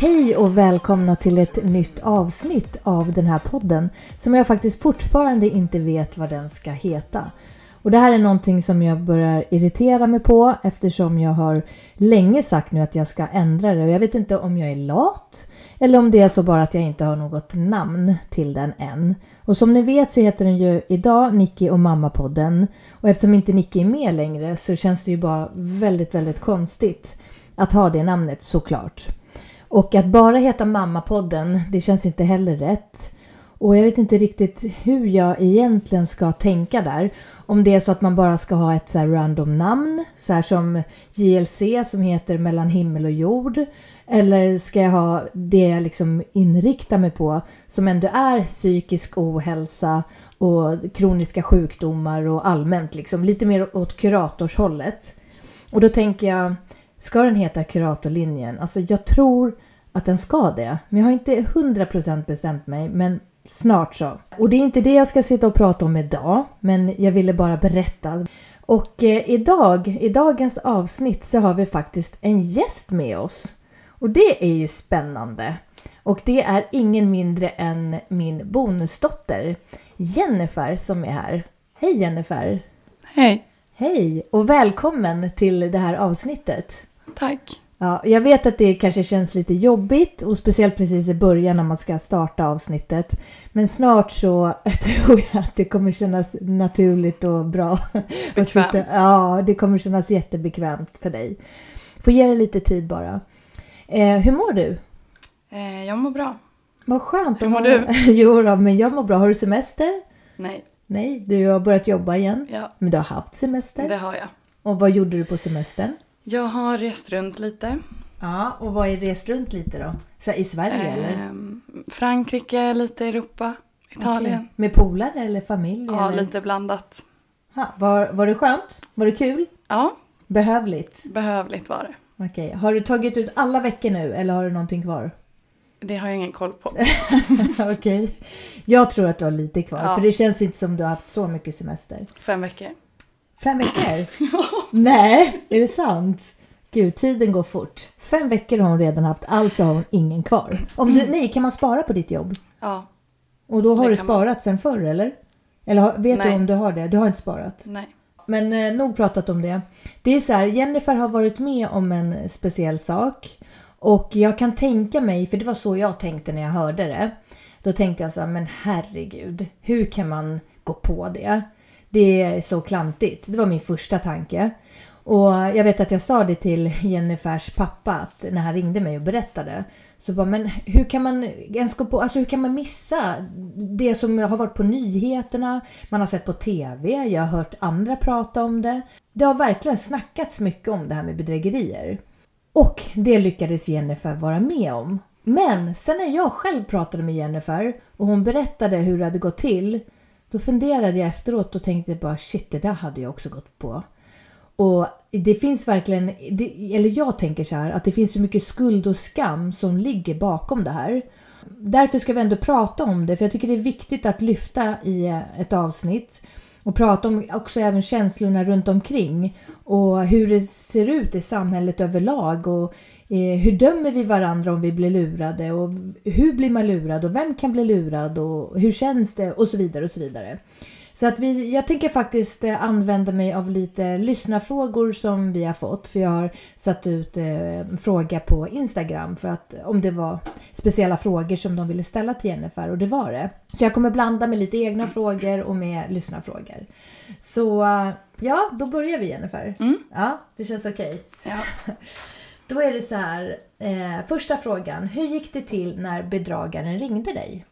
Hej och välkomna till ett nytt avsnitt av den här podden som jag faktiskt fortfarande inte vet vad den ska heta. Och det här är någonting som jag börjar irritera mig på eftersom jag har länge sagt nu att jag ska ändra det och jag vet inte om jag är lat eller om det är så bara att jag inte har något namn till den än. Och som ni vet så heter den ju idag Nicky och mamma-podden och eftersom inte Nicky är med längre så känns det ju bara väldigt, väldigt konstigt att ha det namnet såklart. Och att bara heta Mammapodden, det känns inte heller rätt. Och jag vet inte riktigt hur jag egentligen ska tänka där. Om det är så att man bara ska ha ett så random namn, så här som JLC som heter Mellan himmel och jord. Eller ska jag ha det jag liksom inriktar mig på som ändå är psykisk ohälsa och kroniska sjukdomar och allmänt liksom lite mer åt kuratorshållet. Och då tänker jag Ska den heta kuratorlinjen? Alltså jag tror att den ska det. Men jag har inte 100% bestämt mig, men snart så. Och det är inte det jag ska sitta och prata om idag, men jag ville bara berätta. Och eh, idag, i dagens avsnitt så har vi faktiskt en gäst med oss. Och det är ju spännande. Och det är ingen mindre än min bonusdotter Jennifer som är här. Hej Jennifer! Hej, Hej och välkommen till det här avsnittet. tack. Ja, jag vet att det kanske känns lite jobbigt och speciellt precis i början när man ska starta avsnittet. Men snart så tror jag att det kommer kännas naturligt och bra. att Bekvämt. sitta- Ja, det kommer kännas jättebekvämt för dig. Får ge dig lite tid bara. Eh, hur mår du? Eh, jag mår bra. Vad skönt. Hur att mår ha- du? jo då, men jag mår bra. Har du semester? Nej, Nej, du har börjat jobba igen. ja, Men du har haft semester. det har jag. Och vad gjorde du på semestern? Jag har rest runt lite. Ja, och vad är rest runt lite då? Så här, I Sverige eller? Ehm, Frankrike, lite Europa, Italien. Okej. Med polare eller familj? Ja, eller? lite blandat. Ha, var, var det skönt? Var det kul? Ja, Behövligt? behövligt var det. Okej. Har du tagit ut alla veckor nu eller har du någonting kvar? Det har jag ingen koll på. Okej. Jag tror att du har lite kvar Ja. för det känns inte som du har haft så mycket semester. Fem veckor. Fem veckor? Nej, är det sant? Gud, tiden går fort. Fem veckor har hon redan haft, alltså har hon ingen kvar. Om Mm. du, nej, kan man spara på ditt jobb? Ja, Och då har Det du kan man. sparat sen förr eller? Eller har- vet du Nej. om du har det? Du har inte sparat? nej. Men eh, nog pratat om det. Det är så här, Jennifer har varit med om en speciell sak. Och jag kan tänka mig, för det var så jag tänkte när jag hörde det. Då tänkte jag så här, men herregud, hur kan man gå på det? Det är så klantigt. Det var min första tanke. Och jag vet att jag sa det till Jennifers pappa att när han ringde mig och berättade. Så bara, men hur kan man ens gå på, alltså hur kan man missa det som har varit på nyheterna, man har sett på TV, jag har hört andra prata om det. Det har verkligen snackats mycket om det här med bedrägerier. Och det lyckades Jennifer vara med om. Men sen när jag själv pratade med Jennifer och hon berättade hur det hade gått till, då funderade jag efteråt och tänkte bara shit, det där hade jag också gått på. Och det finns verkligen, det, eller jag tänker så här, att det finns så mycket skuld och skam som ligger bakom det här. Därför ska vi ändå prata om det, för jag tycker det är viktigt att lyfta i eh, ett avsnitt och prata om också även känslorna runt omkring och hur det ser ut i samhället överlag och eh, hur dömer vi varandra om vi blir lurade och hur blir man lurad och vem kan bli lurad och hur känns det och så vidare och så vidare. Så att vi, jag tänker faktiskt eh, använda mig av lite lyssnarfrågor som vi har fått. För jag har satt ut eh, en fråga på Instagram för att om det var speciella frågor som de ville ställa till Jennifer och det var det. Så jag kommer blanda med lite egna Mm. frågor och med lyssnarfrågor. Så eh, ja, då börjar vi Jennifer. Mm. Ja, det känns okej. Ja. Då är det så här, eh, första frågan. Hur gick det till när bedragaren ringde dig?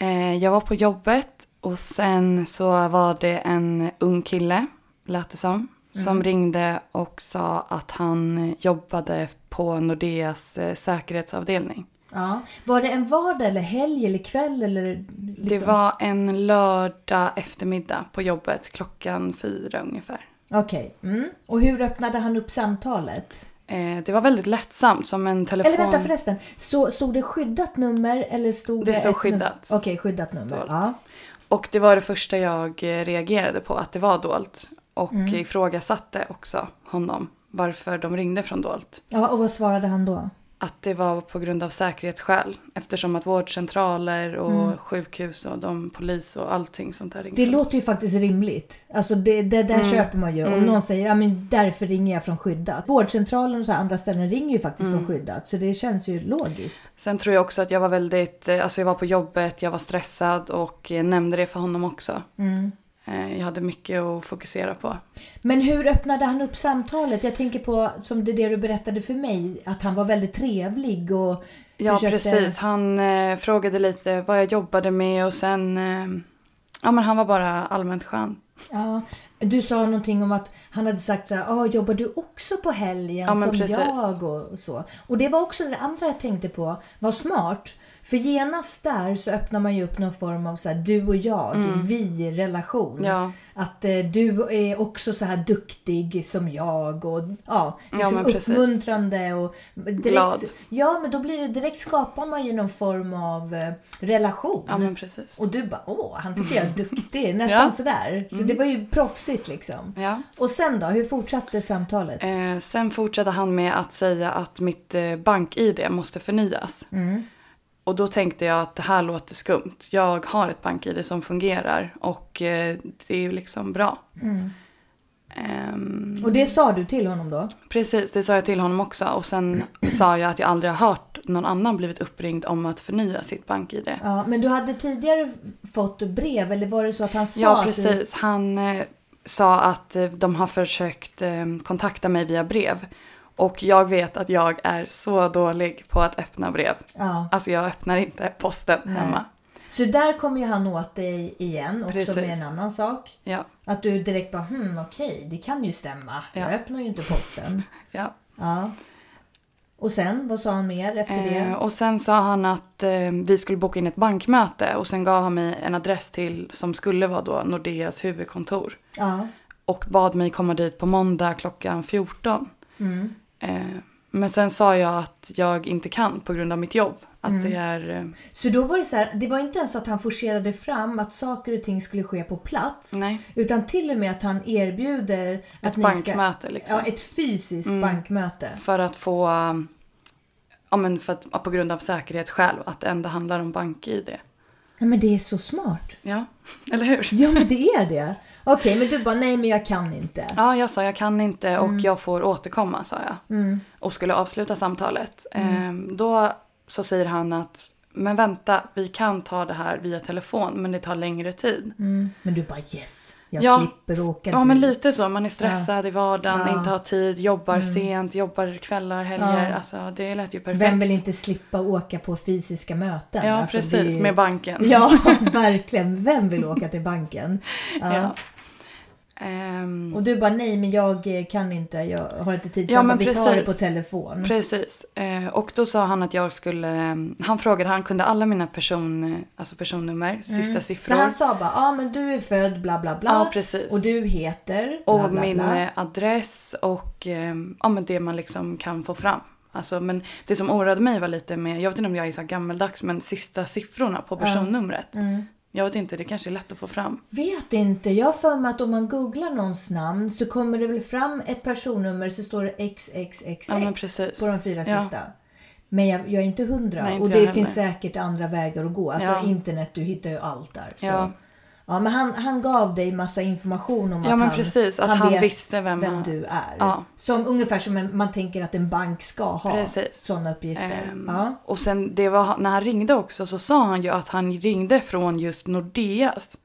Eh, Jag var på jobbet och sen så var det en ung kille, lät det som, som ringde och sa att han jobbade på Nordeas eh, säkerhetsavdelning. Ja. Var det en vardag eller helg eller kväll eller? liksom? Det var en lördag eftermiddag på jobbet klockan fyra ungefär. Okej. Mm. Och hur öppnade han upp samtalet? Eh, Det var väldigt lättsamt som en telefon. Eller vänta förresten, så, stod det skyddat nummer eller stod Det det... stod ett num- skyddat. Okej, skyddat nummer. Dolt. Ja. Och det var det första jag eh, reagerade på, att det var dolt. Och Mm. ifrågasatte också honom varför de ringde från dolt. ja, och vad svarade han då? Att det var på grund av säkerhetsskäl eftersom att vårdcentraler och sjukhus och de polis och allting sånt där ringde. Mm. Det låter ju faktiskt rimligt. Alltså det, det Mm. där köper man ju. Om någon säger ja men därför ringer jag från skyddat. Vårdcentralen och så här andra ställen ringer ju faktiskt Mm. från skyddat. Så det känns ju logiskt. Sen tror jag också att jag var väldigt, eh, alltså jag var på jobbet, jag var stressad och eh, nämnde det för honom också. Mm. Eh, Jag hade mycket att fokusera på. Men hur öppnade han upp samtalet? Jag tänker på som det, det du berättade för mig. Att han var väldigt trevlig och Ja, försökte... precis. Han eh, frågade lite vad jag jobbade med och sen, eh, ja men han var bara allmänt skön. Ja, du sa någonting om att han hade sagt så här, ah, jobbar du också på helgen Ja, men som precis. jag och så. Och det var också det andra jag tänkte på, var smart. För genast där så öppnar man ju upp någon form av så här, du och jag, vi-relation. Mm. Ja. Att eh, du är också så här duktig som jag och ja, liksom men precis. uppmuntrande och direkt, Glad. Ja, men då blir det direkt skapar man ju någon form av eh, relation. Ja men precis. Och du bara åh, han tycker jag är duktig. Nästan Ja. Mm. sådär. Så det var ju proffsigt liksom. Ja. Och sen då, hur fortsatte samtalet? Eh, sen fortsatte han med att säga att mitt eh, bank-id måste förnyas. Och då tänkte jag att det här låter skumt. Jag har ett bank-id som fungerar och eh, det är ju liksom bra. Ehm, Och det sa du till honom då? precis, det sa jag till honom också. Och sen sa jag att jag aldrig har hört någon annan blivit uppringd om att förnya sitt bank-id. Ja, men du hade tidigare fått brev eller var det så att han sa att Ja, du... precis. Han eh, sa att eh, de har försökt eh, kontakta mig via brev. Och jag vet att jag är så dålig på att öppna brev. Ja. Alltså jag öppnar inte posten hemma. Så där kom ju han åt dig igen också Precis. med en annan sak. Ja, Att du direkt bara hmm okej, det kan ju stämma. Jag Ja. öppnar ju inte posten. ja. ja. Och sen, vad sa han mer efter Eh, det? och sen sa han att eh, vi skulle boka in ett bankmöte och sen gav han mig en adress till som skulle vara då Nordeas huvudkontor. Ja. Och bad mig komma dit på måndag klockan 14. Mm. Eh, men sen sa jag att jag inte kan på grund av mitt jobb. Att Mm. det är... Eh, Så då var det så här, det var inte ens att han forcerade fram att saker och ting skulle ske på plats. Nej. Utan till och med att han erbjuder att Ett ni bankmöte, ska, liksom. Ja, ett fysiskt bankmöte. För att få, um, ja men för att, ja, på grund av säkerhetsskäl, att det ändå handlar om bank-id. Nej, men det är så smart. Ja, eller hur? Ja, men det är det. Okej, men du bara nej, men jag kan inte. Ja, jag sa jag kan inte Mm. och jag får Mm. återkomma, sa jag. Och skulle avsluta samtalet. Ehm, då så säger han att men vänta, vi kan ta det här via telefon, men det tar längre tid. Mm. Men du bara yes, jag Ja. slipper åka. Ja, dit. men lite så. Man är stressad i vardagen, Ja. Mm. inte har tid, jobbar sent, jobbar kvällar, helger. Ja. Alltså, det lät ju perfekt. Vem vill inte slippa åka på fysiska möten? Ja, Alltså, precis. det- Med banken. Ja, verkligen. Vem vill åka till banken? Ja. Ja. Ehm, Mm. Och du bara nej, men jag eh, kan inte. Jag har inte tid. Så Ja, han bara, men vi tar det på precis. telefon. Precis. Eh, och då sa han att jag skulle... eh, Han frågade, han kunde alla mina person, alltså personnummer, sista Mm. Så siffror. han sa bara, ja men du är född bla bla bla. Ja, precis. Och du heter bla och bla min bla. eh, adress och eh, ja, men det man liksom kan få fram. Alltså, men det som oroade mig var lite med, jag vet inte om jag är så här gammeldags, men sista siffrorna på personnumret. Mm. Jag vet inte, det kanske är lätt att få fram. Vet inte, jag har för mig att om man googlar någons namn så kommer det väl fram ett personnummer så står det XXXX Ja, men precis. på de fyra Ja. sista. Men jag, jag är inte hundra Nej, inte och jag det heller. finns säkert andra vägar att gå. Alltså Ja. internet, du hittar ju allt där. Så. Ja. Ja, men han, han gav dig massa information om Ja, att, men han, precis, att han visste vem han- du är. Ja. Som ungefär som en, man tänker att en bank ska ha Precis. sådana uppgifter. Ehm, ja. Och sen det var, när han ringde också så sa han ju att han ringde från just Nordeas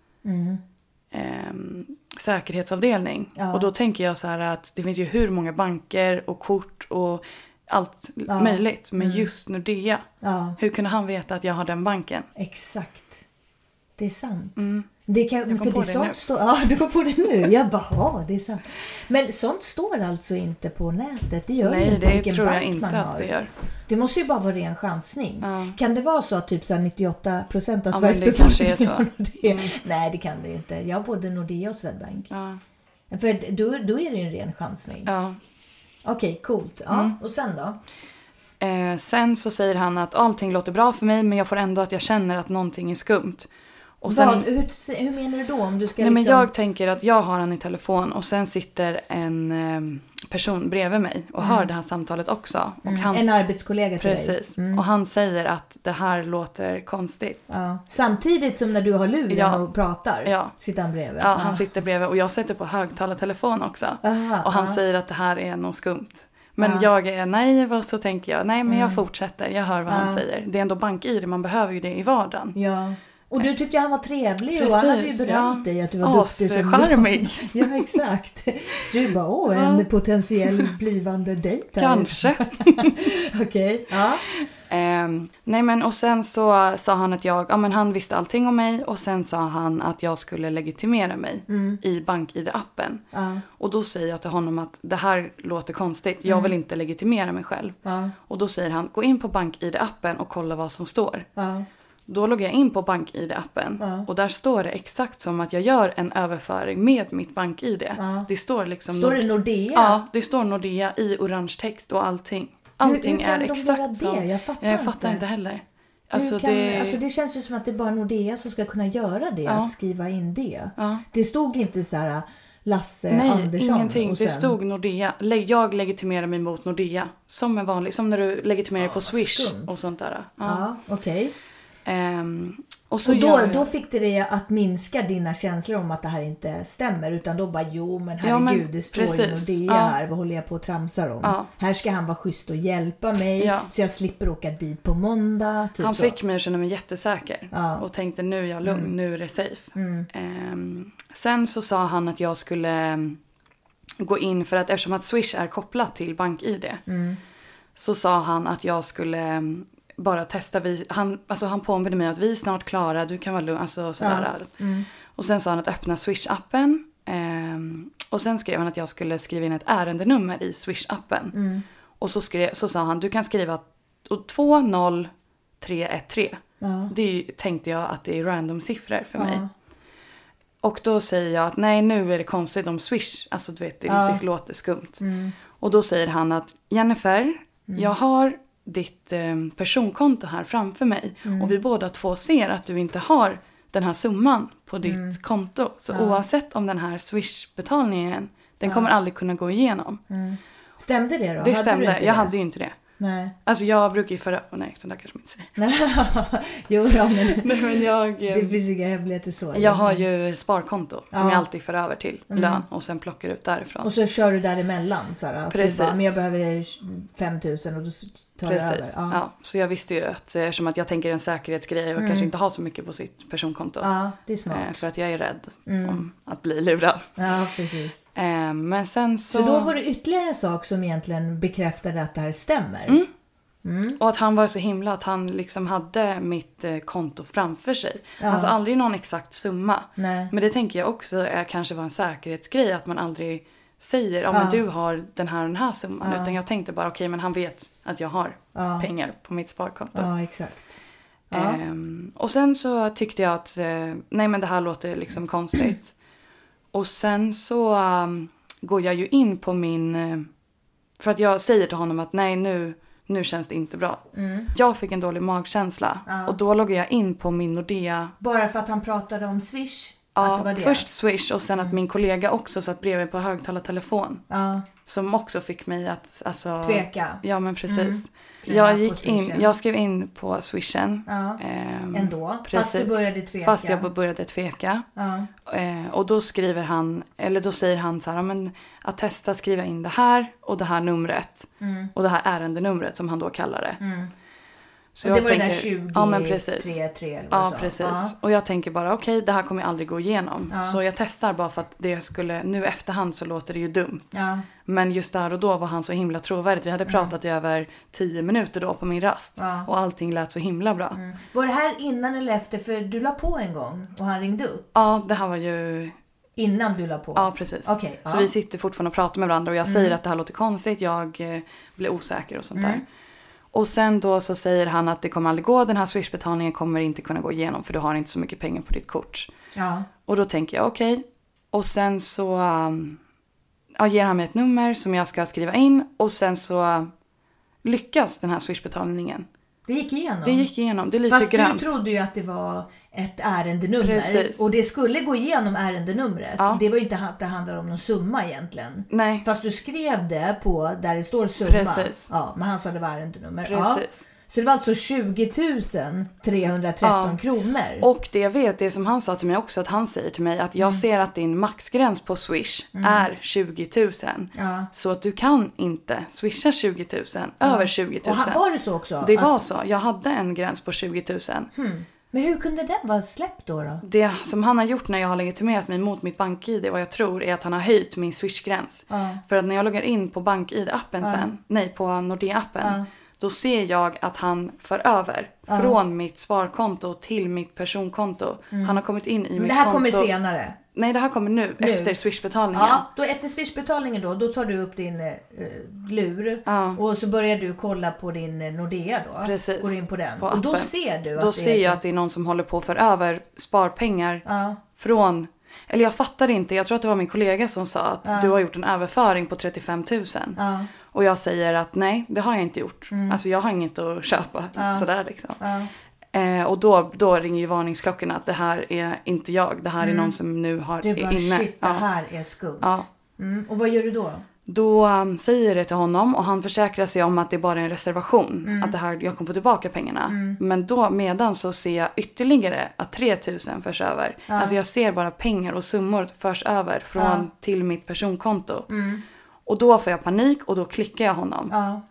ehm, säkerhetsavdelning. Mm. Ja. Och då tänker jag så här att det finns ju hur många banker och kort och allt möjligt. Men just Nordea, Mm. Ja. hur kunde han veta att jag har den banken? Exakt. Det är sant. Det kan, Mm. kom för på det det sånt nu. Stå, ja, du kom på det nu. Jag bara, ja, det är sant. Men sånt står alltså inte på nätet. Det gör Nej, inte det vilken tror jag bank man inte att har. det gör. Det måste ju bara vara ren chansning. Kan det vara så att typ så här 98 procent av Ja, men Sveriges det kanske är befolkning så. Mm. har Nordea? Nej, det kan det ju inte. Jag har både Nordea och Swedbank. Ja. För då, då är det ju en ren chansning. Ja. Mm. Okej, coolt. Ja, och sen då? Eh, sen så säger han att allting låter bra för mig men jag får ändå att jag känner att någonting är skumt. Och sen, Vad, hur, hur menar du då? Om du ska Nej, men liksom... jag tänker att jag har han i telefon och sen sitter en eh, person bredvid mig och hör det här samtalet också. Och hans, Mm. En Mm. arbetskollega till dig? Precis. Och han säger att det här låter konstigt. Ja, Ja. Samtidigt som när du har luren Ja. och pratar Ja. sitter han bredvid. han sitter bredvid och jag sätter på högtalartelefon också. Aha, och han ja. säger att det här är något skumt. Men jag är naiv och så tänker jag, nej men Mm. jag fortsätter, jag hör vad han säger. Det är ändå bank-id, man behöver ju det i vardagen. Ja. Och du tyckte han var trevlig och han hade ju berömt dig att du var duktig som Ascharmig. Ja, exakt. Så du bara, åh, en potentiell blivande dejt här. Kanske. Okej. Ja. Ehm, nej men och sen så sa han att jag, ja men han visste allting om mig och sen sa han att jag skulle legitimera mig i BankID-appen. Mm. Ja. Och då säger jag till honom att det här låter konstigt, jag vill inte legitimera mig själv. Mm. Ja. Och då säger han, gå in på BankID-appen och kolla vad som står. Ja. Då loggar jag in på BankID-appen och där står det exakt som att jag gör en överföring med mitt BankID. Det står liksom... Står Nord- det Nordea? Ja, det står Nordea i orange text och allting. Allting hur kan är de exakt göra det? som... Jag fattar jag fattar inte. inte. heller. Alltså, Alltså kan, det... det... alltså det känns ju som att det är bara Nordea som ska kunna göra det, att skriva in det. Ja. Det stod inte så här Lasse Nej, Andersson ingenting. och Det sen- stod Nordea. Le- Jag legitimerar mig mot Nordea. Som en vanlig, som när du legitimerar dig på Swish skumt. och sånt där. Ja. Ja, okej. Ehm, och så Och då, gör jag- då fick det dig att minska dina känslor om att det här inte stämmer utan då bara jo men Ja, men herregud det står precis. ju Nordea Ja. här, vad håller jag på och tramsar om? Ja. Här ska han vara schysst och hjälpa mig Ja. så jag slipper åka dit på måndag. Typ Han så. Mm. fick mig att känna mig jättesäker och tänkte nu är jag lugn, nu är det safe. Ehm, sen så sa han att jag skulle ehm, gå in för att eftersom att Swish är kopplat till BankID Mm. så sa han att jag skulle ehm, bara testa. Vi, han, alltså han påminde mig att vi är snart klara, du kan vara lugn. Alltså sådär. Mm. Och sen sa han att öppna Swish-appen. ehm, och sen skrev han att jag skulle skriva in ett ärendenummer i Swish-appen. Mm. Och så, skrev, så sa han, du kan skriva och 20313. Det är ju, tänkte jag att det är random siffror för mig. Och då säger jag att nej nu är det konstigt om Swish, alltså du vet det, det låter skumt. Och då säger han att Jennifer, jag har ditt eh, personkonto här framför mig och vi båda två ser att du inte har den här summan på ditt konto. Så oavsett om den här Swish-betalningen, den kommer aldrig kunna gå igenom. Stämde det då? Det Hade du stämde, inte jag det? hade ju inte det. Nej. Alltså jag brukar ju föra... Oh, nej, sånt där kanske man inte säger. Nej. jo, ja, men ehm, Nej, men jag... eh, det finns inga hemligheter så. Jag har ju sparkonto som Ja. Mm. jag alltid för över till lön och sen plockar ut därifrån. Och så kör du däremellan. Så här, att du Precis. Bara, men jag behöver 5000 och då tar du över. Precis. Ja. Mm. Ja. så jag visste ju att eh, eftersom att jag tänker en säkerhetsgrej och kanske inte har så mycket på sitt personkonto. ja, det är eh, smart. Mm. För att jag är rädd om att bli lurad. Ja, precis. Eh, Men sen så... Så då var det ytterligare en sak som egentligen bekräftade att det här stämmer. Mm. Mm. Och att han var så himla att han liksom hade mitt eh, konto framför sig. Han sa aldrig någon exakt summa. Nej. Men det tänker jag också är, kanske var en säkerhetsgrej att man aldrig säger ja men du har den här och den här summan. Utan jag tänkte bara okej men han vet att jag har pengar på mitt sparkonto. Ja, exakt. Ehm, och sen så tyckte jag att eh, nej men det här låter liksom konstigt. Och sen så ehm, går jag ju in på min... eh, För att jag säger till honom att nej nu, nu känns det inte bra. Jag fick en dålig magkänsla och då loggar jag in på min Nordea. Bara för att han pratade om Swish? att det Ja, var det. först Swish och sen att min kollega också satt bredvid på högtalartelefon. Ja, Som också fick mig att alltså, Tveka. Ja men precis. Tveka Jag, på gick in, swishen. jag skrev in på swishen. Ja, Ehm, ändå. Fast du började tveka. Fast jag började tveka. Eh, och då skriver han, eller då säger han så här, "Ja, men att testa skriva in det här och det här numret. Mm. Och det här ärendenumret som han då kallar det. Så Och det jag var det där tänker, 20 ja, men precis. 3, 3 eller vad Ja, du sa. precis. Liksom. Ja. Och jag tänker bara okej, det här kommer jag aldrig gå igenom. Så jag testar bara för att det skulle, nu i efterhand så låter det ju dumt. Ja. Men just där och då var han så himla trovärdig. Vi hade Mm. pratat i över 10 minuter då på min rast. Och allting lät så himla bra. Var det här innan eller efter? För du la på en gång och han ringde upp Ja, det här var ju... innan du la på. Ja, precis. Okej, Så ja. Mm. vi sitter fortfarande och pratar med varandra och jag säger att det här låter konstigt, jag eh, blir osäker och sånt där. Och sen då så säger han att det kommer aldrig gå, den här swishbetalningen kommer inte kunna gå igenom för du har inte så mycket pengar på ditt kort. Ja. Och då tänker jag okej. Och sen så um, ja, ger han mig ett nummer som jag ska skriva in och sen så uh, lyckas den här swishbetalningen. Det gick igenom. Det gick igenom, det lyser Fast grönt. du trodde ju att det var ett ärendenummer Precis. och det skulle gå igenom ärendenumret. Ja. Det var ju inte att det handlade om någon summa egentligen. Nej, Fast du skrev det på där det står summa. Precis. Ja, men han sa det var ärendenummer. Precis. Ja. Så det var alltså 20 313 Ja. kronor. och det jag vet, det som han sa till mig också, att han säger till mig att Mm. jag ser att din maxgräns på Swish är 20 000. Ja. Så att du kan inte swisha 20 000, över 20 Och 000. han, var det så också? Det Att- var så, jag hade en gräns på 20 000. Men hur kunde den vara släppt då? då? Det som han har gjort när jag har legitimerat mig mot mitt bank-id, vad jag tror, är att han har höjt min swish-gräns. För att när jag loggar in på bank-id-appen sen, nej på Nordea-appen, då ser jag att han för över från mitt sparkonto till mitt personkonto. Han har kommit in i mitt Mm. Men det här konto. kommer senare. Nej, det här kommer nu, Nu. efter swishbetalningen. Ja, då efter swishbetalningen då, då tar du upp din eh, lur och så börjar du kolla på din eh, Nordea då. Precis. Går in på den. På och då appen. ser du att Då det ser jag att det är någon som håller på att för över sparpengar från... Eller jag fattade inte, jag tror att det var min kollega som sa att du har gjort en överföring på 35 000. Och jag säger att nej, det har jag inte gjort. Mm. Alltså jag har inget att köpa. Sådär liksom. Eh, och då, då ringer ju varningsklockorna att det här är inte jag, det här är någon som nu har Mm. Du bara inne. shit, det Ja. här är skumt. Ja. Mm. Och vad gör du då? Då um, säger jag det till honom och han försäkrar sig om att det är bara är en reservation. Mm. Att det här, jag kommer få tillbaka pengarna. Men då medan så ser jag ytterligare att 3000 förs över. Alltså jag ser bara pengar och summor förs över från till mitt personkonto. Och då får jag panik och då klickar jag honom. Mm. Ja.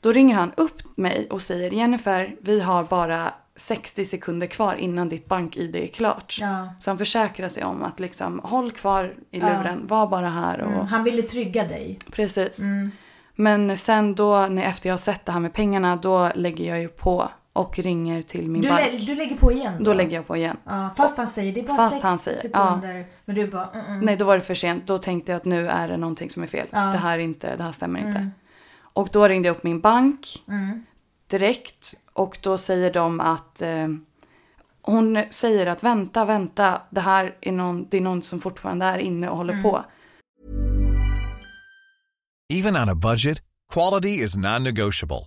Då ringer han upp mig och säger Jennifer, vi har bara 60 sekunder kvar innan ditt bank-id är klart. Ja. Så han försäkrar sig om att liksom håll kvar i luren, var bara här och Mm. Han ville trygga dig. Precis. Mm. Men sen då, när efter jag har sett det här med pengarna, då lägger jag ju på och ringer till min Du, bank. lä- du lägger på igen då? Då lägger jag på igen. ja, fast han säger det är bara Fast sex han säger, sekunder. Men du bara mm, mm. Nej, då var det för sent. Då tänkte jag att nu är det någonting som är fel. Det, här är inte, det här stämmer Mm. inte. Och då ringde jag upp min bank direkt och då säger de att eh, hon säger att vänta, vänta, det här är någon, det är någon som fortfarande är inne och håller Mm. på. Even on a budget, quality is non-negotiable.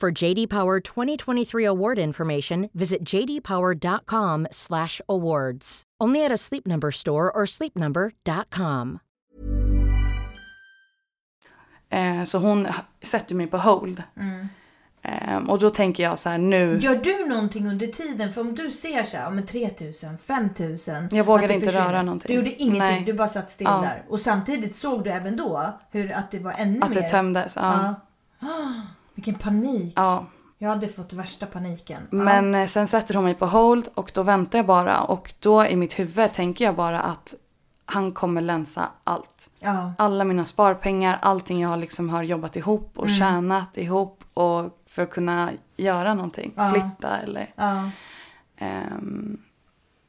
For JD Power 2023 award information, visit jdpower.com/awards. Only at a Sleep Number store or sleepnumber.com. Eh, så hon h- sätter mig på hold. Eh, och då tänker jag så här nu. Gör Mm. du någonting under tiden? För om du ser så här, ja, men 3000, 5000. Jag vågade att det inte försvinner. röra någonting. Du gjorde ingenting, Nej. du bara satt still Ja. där. Och samtidigt såg du även då hur att det var ännu Att mer. det tömdes. Ja. Ja. Ah, Vilken panik. ja. Jag hade fått värsta paniken. Ja. Men eh, sen sätter hon mig på hold och då väntar jag bara. Och då i mitt huvud tänker jag bara att han kommer länsa allt. Ja. alla mina sparpengar, allting jag liksom har jobbat ihop och tjänat ihop och för att kunna göra någonting, flytta eller... Ja. ehm,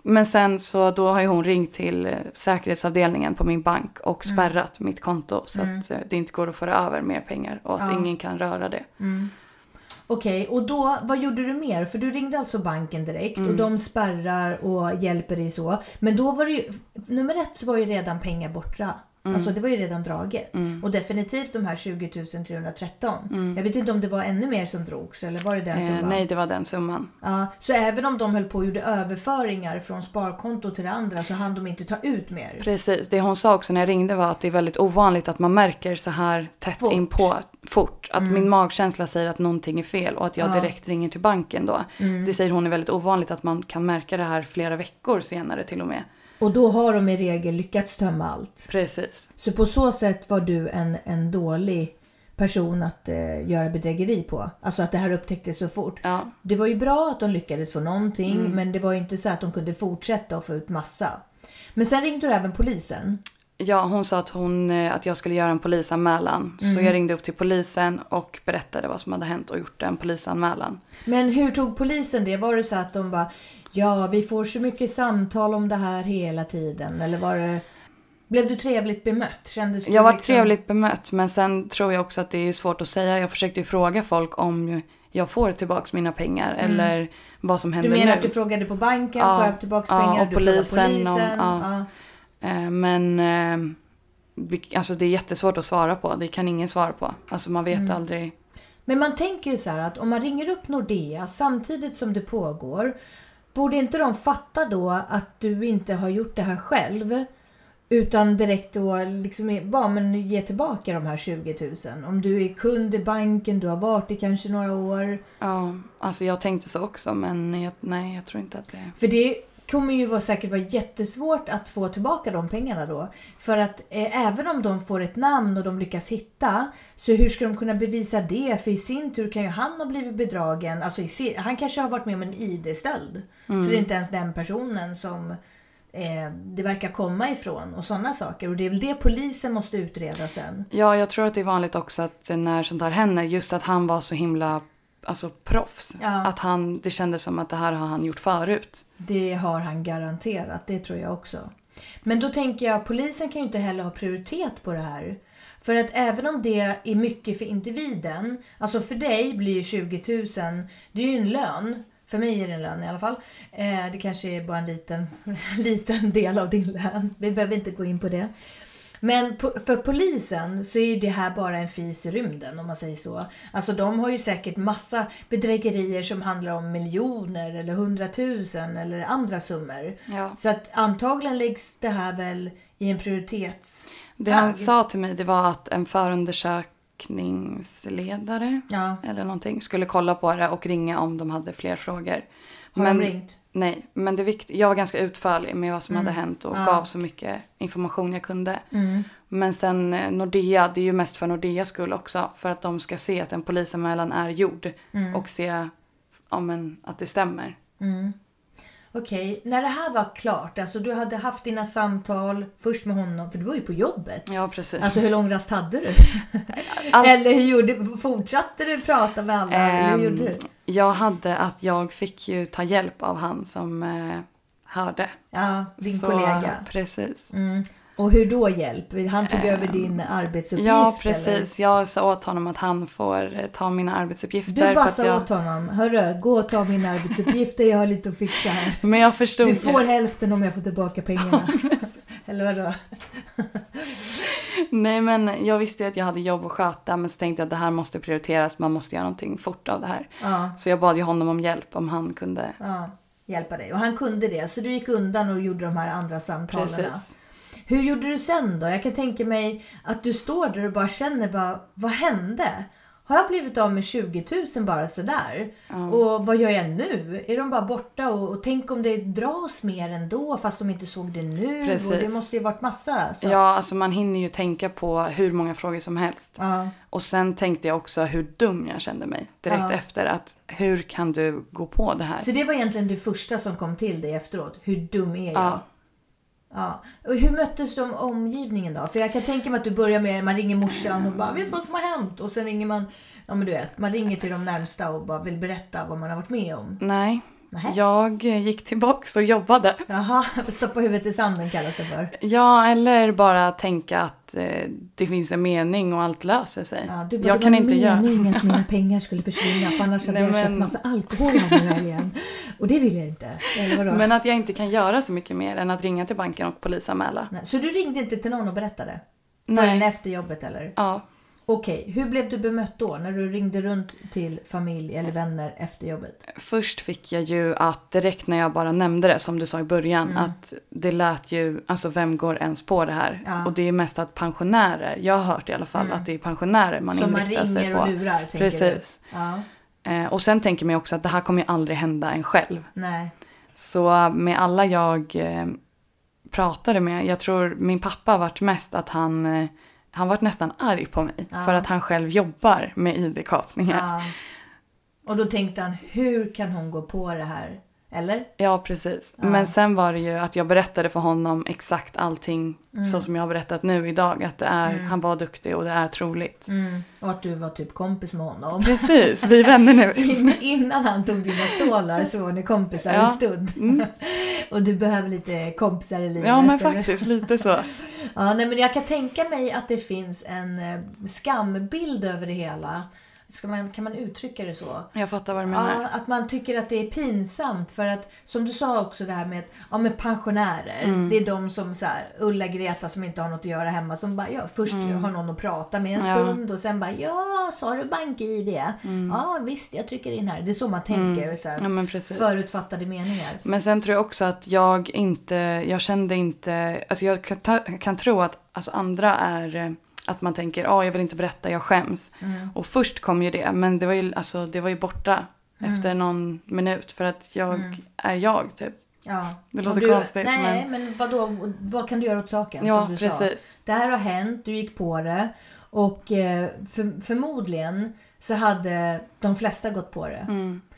men sen så då har ju hon ringt till eh, säkerhetsavdelningen på min bank och spärrat mitt konto så att eh, det inte går att föra över mer pengar och att ingen kan röra det. Okej, och då, vad gjorde du mer? För du ringde alltså banken direkt Mm. och de spärrar och hjälper dig så. Men då var det ju, nummer ett så var ju redan pengar borta. Mm. Alltså det var ju redan draget. Och definitivt de här 20 313. Jag vet inte om det var ännu mer som drogs eller var det den som Mm. Eh, var? nej, det var den summan. Ja, så även om de höll på och gjorde överföringar från sparkonto till det andra så hann de inte ta ut mer. Precis, det hon sa också när jag ringde var att det är väldigt ovanligt att man märker så här tätt Fort. inpå fort. Att min magkänsla säger att någonting är fel och att jag direkt ringer till banken då. Det säger hon är väldigt ovanligt att man kan märka det här flera veckor senare till och med. Och då har de i regel lyckats tömma allt. Precis, Så på så sätt var du en, en dålig person att eh, göra bedrägeri på. Alltså att det här upptäcktes så fort. ja. Det var ju bra att de lyckades få någonting men det var ju inte så att de kunde fortsätta och få ut massa. Men sen ringde du även polisen. Ja, hon sa att, hon, eh, att jag skulle göra en polisanmälan. Så jag ringde upp till polisen och berättade vad som hade hänt och gjort en polisanmälan. Men hur tog polisen det? Var det så att de bara ja vi får så mycket samtal om det här hela tiden eller var det blev du trevligt bemött? Kändes du Jag var liksom- trevligt bemött men sen tror jag också att det är svårt att säga. Jag försökte ju fråga folk om jag får tillbaka mina pengar eller vad som Mm. Du händer menar nu. att du frågade på banken, Ja, får jag tillbaka ja, pengar? och du frågade polisen om- ja. ja. Eh, Men eh, vi- alltså det är jättesvårt att svara på. Det kan ingen svara på. Alltså man vet Mm. aldrig. Men man tänker ju så här att om man ringer upp Nordea samtidigt som det pågår, borde inte de fatta då att du inte har gjort det här själv? Utan direkt då liksom i- bara men ge tillbaka de här 20 000. Om du är kund i banken, du har varit i kanske några år. Ja, alltså jag tänkte så också men jag, nej jag tror inte att det... För det kommer ju vara, säkert vara jättesvårt att få tillbaka de pengarna då. För att eh, även om de får ett namn och de lyckas hitta, så hur ska de kunna bevisa det? För i sin tur kan ju han ha blivit bedragen. Alltså i si- han kanske har varit med om en ID-stöld. Så det är inte ens den personen som eh, det verkar komma ifrån och sådana saker. Och det är väl det polisen måste utreda sen. Ja, jag tror att det är vanligt också att när sånt här händer, just att han var så himla alltså, proffs. Ja. Att han, det kändes som att det här har han gjort förut. Det har han garanterat, det tror jag också. Men då tänker jag, polisen kan ju inte heller ha prioritet på det här. För att även om det är mycket för individen, alltså för dig blir ju 20 000, det är ju en lön. För mig är det en lön i alla fall. Eh, det kanske är bara en liten, liten del av din lön. Vi behöver inte gå in på det. Men po- för polisen så är ju det här bara en fis i rymden om man säger så. Alltså de har ju säkert massa bedrägerier som handlar om miljoner eller hundratusen eller andra summor. Ja. Så att antagligen läggs det här väl i en prioritets... Det han sa till mig det var att en förundersökningsledare Ja. eller någonting skulle kolla på det och ringa om de hade fler frågor. Har de ringt? Mm. Nej, men det vikt, jag var ganska utförlig med vad som hade hänt och gav så mycket information jag kunde. Men sen eh, Nordea, det är ju mest för Nordeas skull också. För att de ska se att en polisanmälan är gjord Mm. och se om en, att det stämmer. Okej, när det här var klart, alltså du hade haft dina samtal först med honom, för du var ju på jobbet. Ja, precis. Alltså hur lång rast hade du? Allt- Eller hur gjorde, fortsatte du prata med alla? eller hur Ehm, gjorde du? jag hade att jag fick ju ta hjälp av han som eh, hörde. Ja, din Så, kollega. Mm. Precis. Och hur då hjälp? Han tog över din arbetsuppgift? Ehm, Ja, Typ Eller? precis. Jag sa åt honom att han får eh, ta mina arbetsuppgifter. Du för bara att sa jag... åt honom, hörru, gå och ta mina arbetsuppgifter, jag har lite att fixa här. Men jag förstod Du ju. får hälften om jag får tillbaka pengarna. Eller vadå? Nej, men jag visste ju att jag hade jobb att sköta. Men så tänkte jag att det här måste prioriteras. Man måste göra någonting fort av det här. Så jag bad ju honom om hjälp om han kunde. Ja, hjälpa dig. Och han kunde det, så du gick undan och gjorde de här andra samtalen. Precis. Hur gjorde du sen då? Jag kan tänka mig att du står där och bara känner bara, vad hände? Har jag blivit av med 20 000 bara sådär? Och vad gör jag nu? Är de bara borta? Och, och tänk om det dras mer ändå fast de inte såg det nu? Och det Precis. måste ju varit massa. Så. Ja, alltså man hinner ju tänka på hur många frågor som helst. Ja. Och sen tänkte jag också hur dum jag kände mig direkt efter. Att hur kan du gå på det här? Så det var egentligen det första som kom till dig efteråt. Hur dum är jag? Ja. Ja. Och hur möttes de omgivningen då? För jag kan tänka mig att du börjar med, man ringer morsan och bara vet du vad som har hänt? Och sen ringer man, ja men du vet, man ringer till de närmsta och bara vill berätta vad man har varit med om. Nej. Nähä. Jag eh, gick tillbaks och jobbade. Jaha, stoppa huvudet i sanden kallas det för. Ja, eller bara tänka att eh, det finns en mening och allt löser sig. Ja, du bara, jag det kan var inte göra... meningen att mina pengar skulle försvinna för annars hade Nej, jag köpt men- massa alkohol här den här helgen. Och det vill jag inte. Eller vadå? Men att jag inte kan göra så mycket mer än att ringa till banken och polisanmäla. Nej, Så du ringde inte till någon och berättade? Nej. Förrän efter jobbet eller? Ja. Okej, hur blev du bemött då när du ringde runt till familj eller vänner efter jobbet? Först fick jag ju att direkt när jag bara nämnde det, som du sa i början, Mm. att det lät ju, alltså vem går ens på det här? Och det är mest att pensionärer, jag har hört i alla fall att det är pensionärer man Mm. Som man inriktar sig ringer på. och lurar, tänker du? Precis. Ja, Eh, och sen tänker man ju också att det här kommer ju aldrig hända en själv. nej. Så eh, med alla jag eh, pratade med, jag tror min pappa har varit mest att han, eh, han varit nästan arg på mig för att han själv jobbar med ID-kapningar. Ja. Och då tänkte han, hur kan hon gå på det här? Eller? precis. Men sen var det ju att jag berättade för honom exakt allting så som jag har berättat nu idag, att det är, han var duktig och det är troligt. Och att du var typ kompis med honom. Precis, vi är vänner nu. In- Innan han tog dina stålar så var ni kompisar Ja. Mm. en stund. och du behöver lite kompisar i livet. Ja men eller? faktiskt lite så. Ja, nej, men jag kan tänka mig att det finns en eh, skambild över det hela. ska man, kan man uttrycka det så? Jag fattar vad du menar. Ja, att man tycker att det är pinsamt för att som du sa också det här med, ja, med pensionärer. Mm. Det är de som så här, Ulla-Greta som inte har något att göra hemma som bara, ja, först har någon att prata med en Mm. Ja. Mm. stund och sen bara, ja sa du bank-id? Ja visst jag trycker in här. Det är så man tänker. Så här, Ja, men precis. förutfattade meningar. Men sen tror jag också att jag inte, jag kände inte, alltså jag kan, ta, kan tro att alltså andra är eh, att man tänker, ja jag vill inte berätta, jag skäms. Och först kom ju det, men det var ju, alltså, det var ju borta efter någon minut för att jag är jag typ. Ja. Det Om låter du, konstigt, Nej, men, men- vadå, vad kan du göra åt saken? Ja, som du Sa? precis. Det här har hänt, du gick på det och eh, för, förmodligen så hade de flesta gått på det.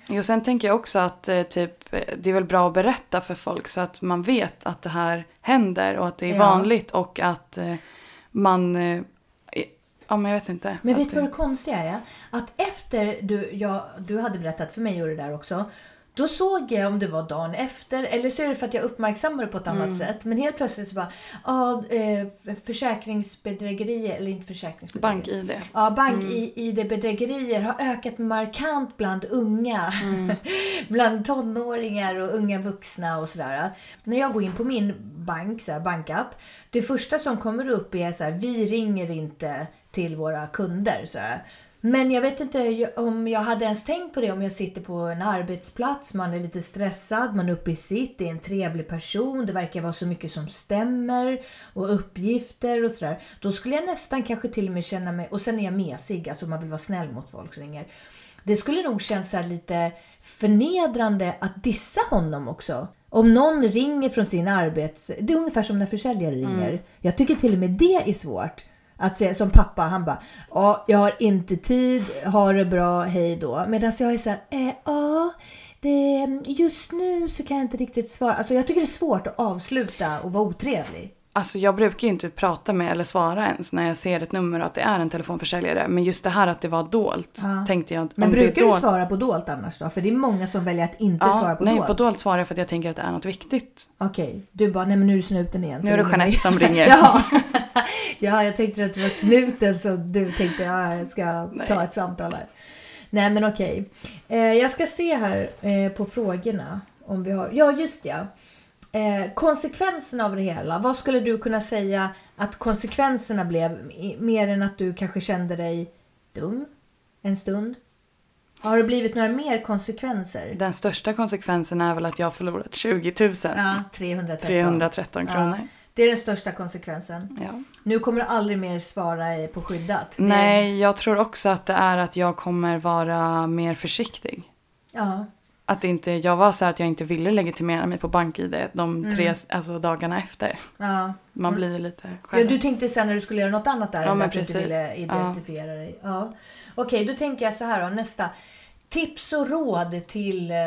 Jo, sen tänker jag också att eh, typ, eh, det är väl bra att berätta för folk så att man vet att det här händer och att det är Ja. vanligt och att eh, man, eh, i- ja men jag vet inte. Men Att vet du det- vad det konstiga är? Att efter du, jag, du hade berättat för mig och det där också. Då såg jag om det var dagen efter eller så är det för att jag uppmärksammade det på ett annat sätt. Men helt plötsligt så bara, ja, eh, försäkringsbedrägeri eller inte försäkringsbedrägeri. Bank-id. Ja, bank-id-bedrägerier har ökat markant bland unga. bland tonåringar och unga vuxna och sådär. När jag går in på min bank, så här, bankapp, det första som kommer upp är så här, vi ringer inte till våra kunder. Så här. Men jag vet inte om jag hade ens tänkt på det om jag sitter på en arbetsplats, man är lite stressad, man är uppe i sitt, det är en trevlig person, det verkar vara så mycket som stämmer och uppgifter och sådär. Då skulle jag nästan kanske till och med känna mig, och sen är jag mesig, alltså man vill vara snäll mot folk som ringer. Det skulle nog känns så här lite förnedrande att dissa honom också. Om någon ringer från sin arbets... Det är ungefär som när försäljare ringer. Jag tycker till och med det är svårt. Att säga som pappa, han bara ja, jag har inte tid, ha det bra, hej då. Medan jag är så här, eh, ja, det, just nu så kan jag inte riktigt svara. Alltså jag tycker det är svårt att avsluta och vara otrevlig. Alltså jag brukar ju inte prata med eller svara ens när jag ser ett nummer och att det är en telefonförsäljare. Men just det här att det var dolt tänkte jag. Men om det är brukar du dolt- svara på dolt annars då? För det är många som väljer att inte ja, svara på nej, dolt. på dolt svarar jag för att jag tänker att det är något viktigt. Okej, du bara, nej men nu är det snuten igen. Nu är det Så ringer Jeanette vi. som ringer. ja. ja, jag tänkte att det var snuten som du tänkte, ja, jag ska ta ett samtal här. Nej men okej. Eh, jag ska se här eh, på frågorna om vi har, ja just ja. Eh, konsekvenserna av det hela, vad skulle du kunna säga att konsekvenserna blev? i- Mer än att du kanske kände dig dum en stund? Har det blivit några mer konsekvenser? Den största konsekvensen är väl att jag har förlorat 20 000. Ja, 313. 313 kronor. Det är den största konsekvensen. Ja. Nu kommer du aldrig mer svara i- på skyddat. Det- Nej, jag tror också att det är att jag kommer vara mer försiktig. Ja. Att det inte, jag var så här att jag inte ville legitimera mig på BankID de tre alltså, dagarna efter. Mm. ja. Man blir ju lite Ja, du tänkte sen när du skulle göra något annat där Ja, men att du inte precis. ville identifiera dig. Ja. Okej, då tänker jag så här då, nästa. Tips och råd till eh,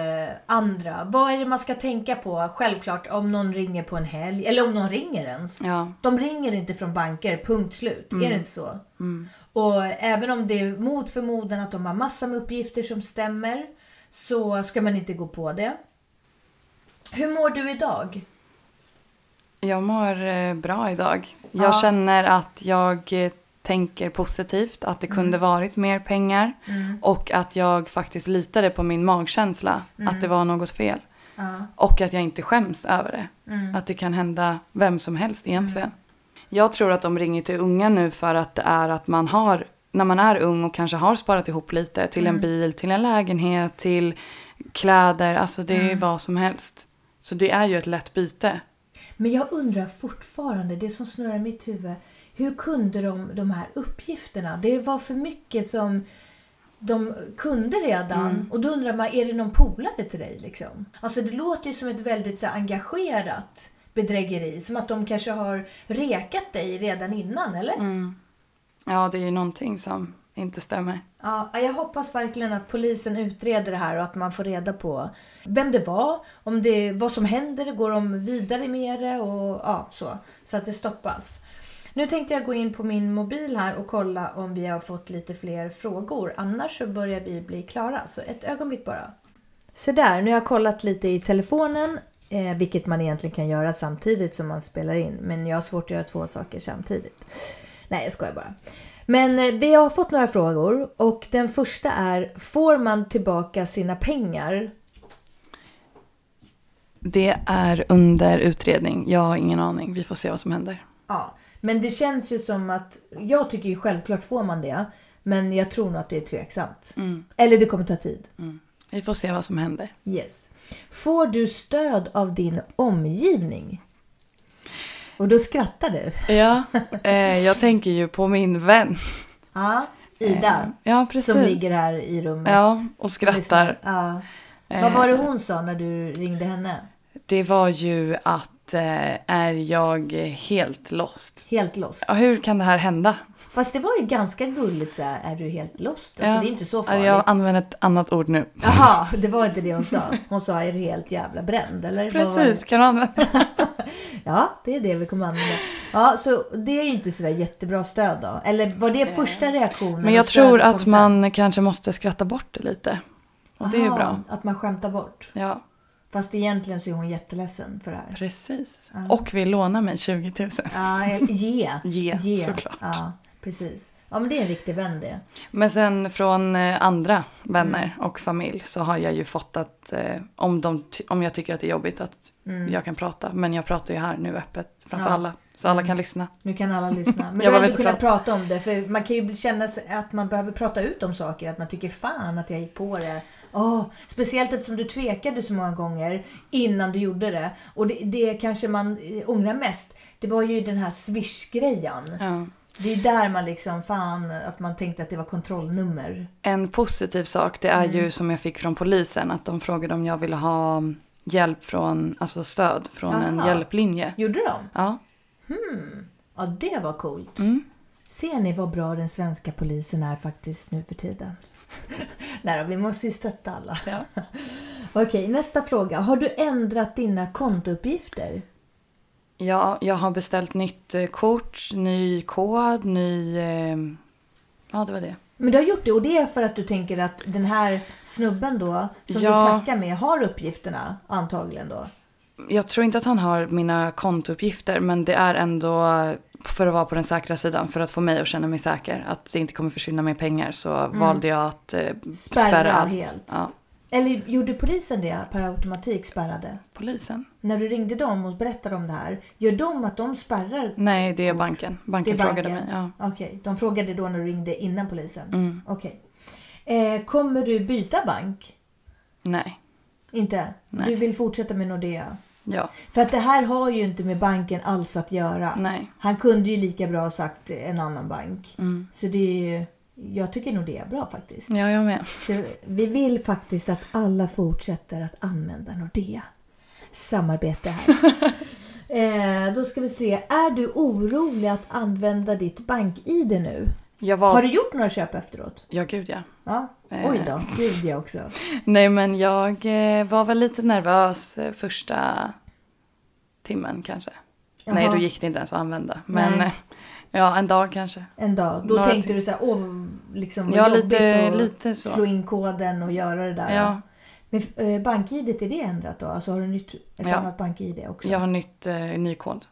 andra. Vad är det man ska tänka på? Självklart om någon ringer på en helg, eller om någon ringer ens. Ja. De ringer inte från banker, punkt slut. Är det inte så? Och även om det är mot förmodan att de har massor med uppgifter som stämmer så ska man inte gå på det. Hur mår du idag? Jag mår eh, bra idag. Jag Ja. känner att jag eh, tänker positivt, att det kunde varit mer pengar och att jag faktiskt litade på min magkänsla, att det var något fel. Och att jag inte skäms över det. Att det kan hända vem som helst egentligen. Jag tror att de ringer till unga nu för att det är att man har, när man är ung och kanske har sparat ihop lite till en bil, till en lägenhet, till kläder, alltså det är vad som helst. Så det är ju ett lätt byte. Men jag undrar fortfarande, det som snurrar i mitt huvud, hur kunde de de här uppgifterna? Det var för mycket som de kunde redan och då undrar man, är det någon polare till dig liksom? Alltså det låter ju som ett väldigt så här, engagerat bedrägeri, som att de kanske har rekat dig redan innan, eller? Ja, det är ju någonting som inte stämmer. Ja, jag hoppas verkligen att polisen utreder det här och att man får reda på vem det var, om det, vad som händer, går de vidare med det och ja, så. Så att det stoppas. Nu tänkte jag gå in på min mobil här och kolla om vi har fått lite fler frågor. Annars så börjar vi bli klara, så ett ögonblick bara. Så där, nu har jag kollat lite i telefonen, eh, vilket man egentligen kan göra samtidigt som man spelar in. Men jag har svårt att göra två saker samtidigt. Nej, jag skojar bara. Men eh, vi har fått några frågor och den första är, får man tillbaka sina pengar? Det är under utredning. Jag har ingen aning. Vi får se vad som händer. Ja, men det känns ju som att, jag tycker ju självklart får man det, men jag tror nog att det är tveksamt. Mm. Eller det kommer ta tid. Vi får se vad som händer. Yes. Får du stöd av din omgivning? Och då skrattar du. Ja, eh, jag tänker ju på min vän. Ja, Ida. Ja, Eh, precis. Som ligger här i rummet. Ja, och skrattar. Ja. Eh, Vad var det hon sa när du ringde henne? Det var ju att eh, är jag helt lost? Helt lost. Ja, hur kan det här hända? Fast det var ju ganska gulligt så här, är du helt lost? Alltså ja. det är inte så Ja, farligt. Jag använder ett annat ord nu. Jaha, det var inte det hon sa. Hon sa, är du helt jävla bränd? Eller vad var det? Precis, kan du använda? Ja, det är det vi kommer använda. Ja, så det är ju inte sådär jättebra stöd då. Eller var det första reaktionen? Eh, Men jag och stödet tror kom att sen? man kanske måste skratta bort det lite. Och det är ju Aha, bra. Att man skämtar bort. Ja, Fast egentligen så är hon jätteledsen för det här. precis. Och vill låna mig 20 000. Ja, eller ge. Ge, såklart. Ja, precis. Ja, men det är en riktig vän det. Men sen från eh, andra vänner Mm. och familj så har jag ju fått att eh, om, de ty- om jag tycker att det är jobbigt att jag kan prata. Men jag pratar ju här nu öppet framför Mm. Ja. Mm. alla. Så alla kan lyssna. Nu kan alla lyssna. Men Jag du har behöver ändå inte kunnat prata om det. För man kan ju känna sig- att man behöver prata ut om saker. Att man tycker fan att jag gick på det. Åh, speciellt eftersom du tvekade så många gånger innan du gjorde det. Och det, det kanske man eh, ångrar mest. Det var ju den här swish-grejen. Ja. Det är ju där man liksom fan att man tänkte att det var kontrollnummer. En positiv sak det är Mm. ju som jag fick från polisen att de frågade om jag ville ha mm, hjälp från, alltså stöd från en Aha. hjälplinje. Gjorde de? Ja, Ja, det var coolt. Mm. Ser ni vad bra den svenska polisen är faktiskt nu för tiden? Nej då, vi måste ju stötta alla. Ja. Okej, nästa fråga. Har du ändrat dina kontouppgifter? ja jag har beställt nytt eh, kort, ny kod, ny... Eh, ja, det var det. Men du har gjort det och det är för att du tänker att den här snubben då som Ja. du snackar med har uppgifterna antagligen då. Jag tror inte att han har mina kontouppgifter men det är ändå för att vara på den säkra sidan, för att få mig att känna mig säker, att det inte kommer försvinna mer pengar så valde jag att eh, spärra, Mm. Spärra allt. helt. Ja, Eller gjorde polisen det per automatik spärrade? polisen. När du ringde dem och berättade om det här, gör de att de spärrar? Nej, det är banken. Det Banken är frågade banken. mig. Ja. Mm. Okej, de frågade då när du ringde innan polisen? Okej. Eh, kommer du byta bank? Nej, Inte? Nej. Du vill fortsätta med Nordea? ja, För att det här har ju inte med banken alls att göra. nej. Han kunde ju lika bra ha sagt en annan bank. Mm. Så det är ju, jag tycker nog det är bra faktiskt. Ja, jag med. Så vi vill faktiskt att alla fortsätter att använda Nordea. Samarbete här. eh, då ska vi se, är du orolig att använda ditt bank-id nu? Jag var... Har du gjort några köp efteråt? Ja, gud ja. Ja. Eh. Oj då, gud jag också. Nej, men jag eh, var väl lite nervös eh, första timmen kanske. Nej, Jaha. då gick det inte ens att använda. Men Nej. eh, ja, en dag kanske. En dag. Då Några tänkte till. du så här, åh, liksom vad Ja, jobbigt lite- att lite så. slå in koden och göra det där. Ja. Men eh, bank-id, är det ändrat då? Alltså har du nytt, ett Ja. annat bank-id också? Mhm. Jag har nytt, eh, ny kod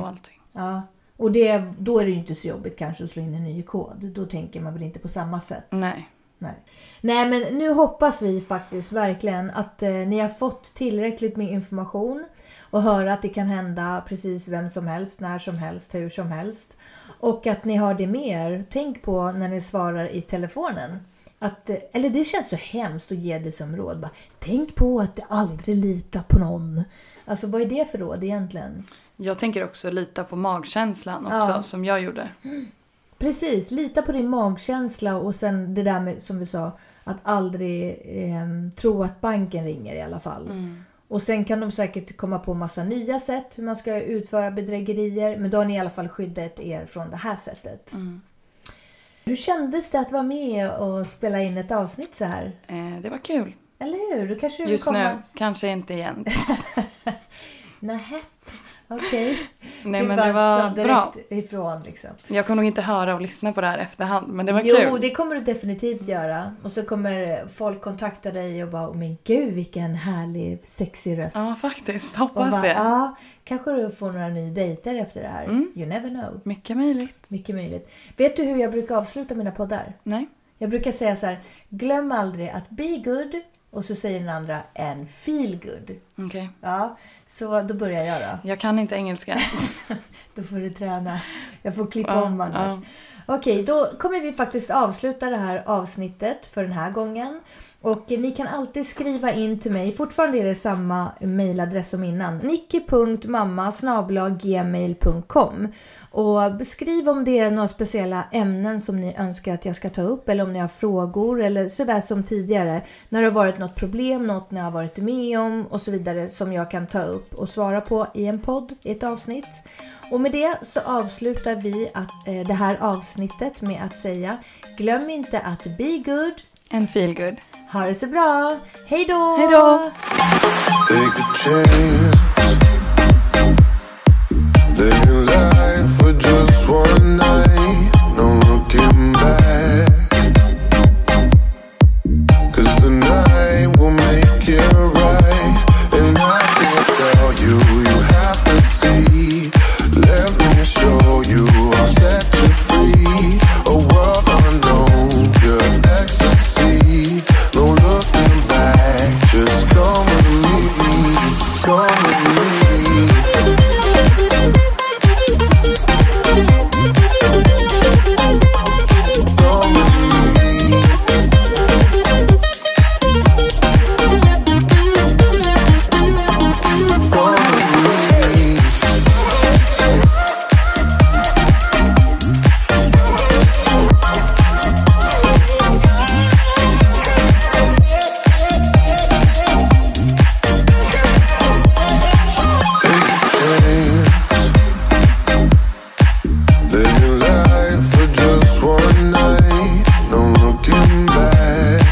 och allting. Ja. Och det, då är det ju inte så jobbigt kanske att slå in en ny kod. Då tänker man väl inte på samma sätt. Nej. Nej. Nej, men nu hoppas vi faktiskt verkligen att eh, ni har fått tillräckligt med information och höra att det kan hända precis vem som helst, när som helst, hur som helst. Och att ni har det med er. Tänk på när ni svarar i telefonen. Att, eh, eller det känns så hemskt att ge det som råd. Bara, Tänk på att aldrig lita på någon. Alltså vad är det för råd egentligen? Jag tänker också lita på magkänslan också, Ja. som jag gjorde. Precis, lita på din magkänsla och sen det där med som vi sa att aldrig ehm, tro att banken ringer i alla fall. Mm. Och sen kan de säkert komma på massa nya sätt hur man ska utföra bedrägerier men då har ni i alla fall skyddat er från det här sättet. Mm. Hur kändes det att vara med och spela in ett avsnitt så här? Eh, det var kul. Eller hur? Då kanske du vill Just komma... nu, kanske inte igen. Nähä. Okej. Nej, Du men bara det var sa bra. direkt ifrån liksom. Jag kommer nog inte höra och lyssna på det här efterhand, men det var jo, kul. det kommer du definitivt göra. Och så kommer folk kontakta dig och bara, "Åh, men gud vilken härlig sexig röst. Ja, faktiskt. och Hoppas bara, det. Mm. Ja, kanske du får några nya dejter efter det här. You never know. Mycket möjligt. Mycket möjligt. Vet du hur jag brukar avsluta mina poddar? Nej. Jag brukar säga så här, glöm aldrig att be good och så säger den andra en feel good. Okej. Ja, så då börjar jag då. Jag kan inte engelska. Då får du träna. Jag får klippa Ja, om annars. Okej, då kommer vi faktiskt avsluta det här avsnittet för den här gången. Och eh, ni kan alltid skriva in till mig. Fortfarande är det samma mejladress som innan. nicky.mamma.gmail.com Och beskriv om det är några speciella ämnen som ni önskar att jag ska ta upp eller om ni har frågor eller sådär som tidigare. När det har varit något problem, något ni har varit med om och så vidare som jag kan ta upp och svara på i en podd, i ett avsnitt. Och med det så avslutar vi att, eh, det här avsnittet med att säga Glöm inte att be good. En feel good. Ha det så bra. Hej då! Hej då! Take a chance. Living life for just one night. No looking back. Cause tonight will make it right. And I can't tell you, you have to see. Let me show you, I'll set you free. A world unknown, pure ecstasy. No looking back, just come with me. Come with me. Come with me. Come with me. chance. Living life for just one night, no looking back.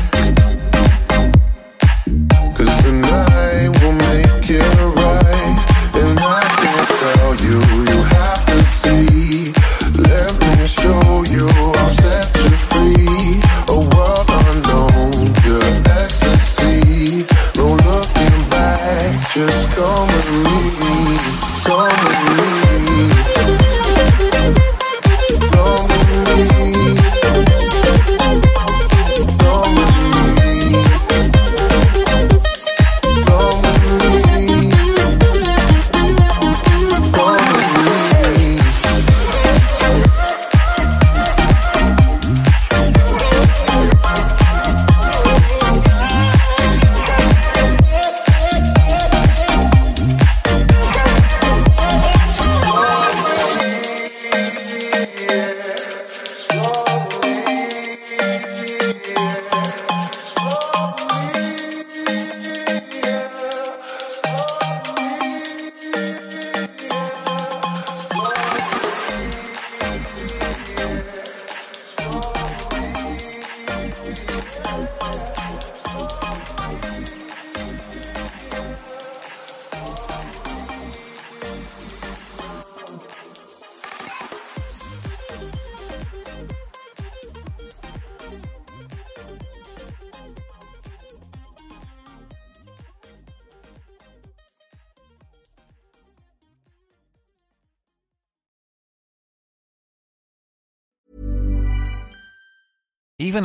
Cause tonight will make it right. And I can't tell you, you have to see. Let me show you, I'll set you free. A world unknown, pure ecstasy. No looking back, just come with me. Come with me. Come with me. Come with me. Come with me. Come with me. Even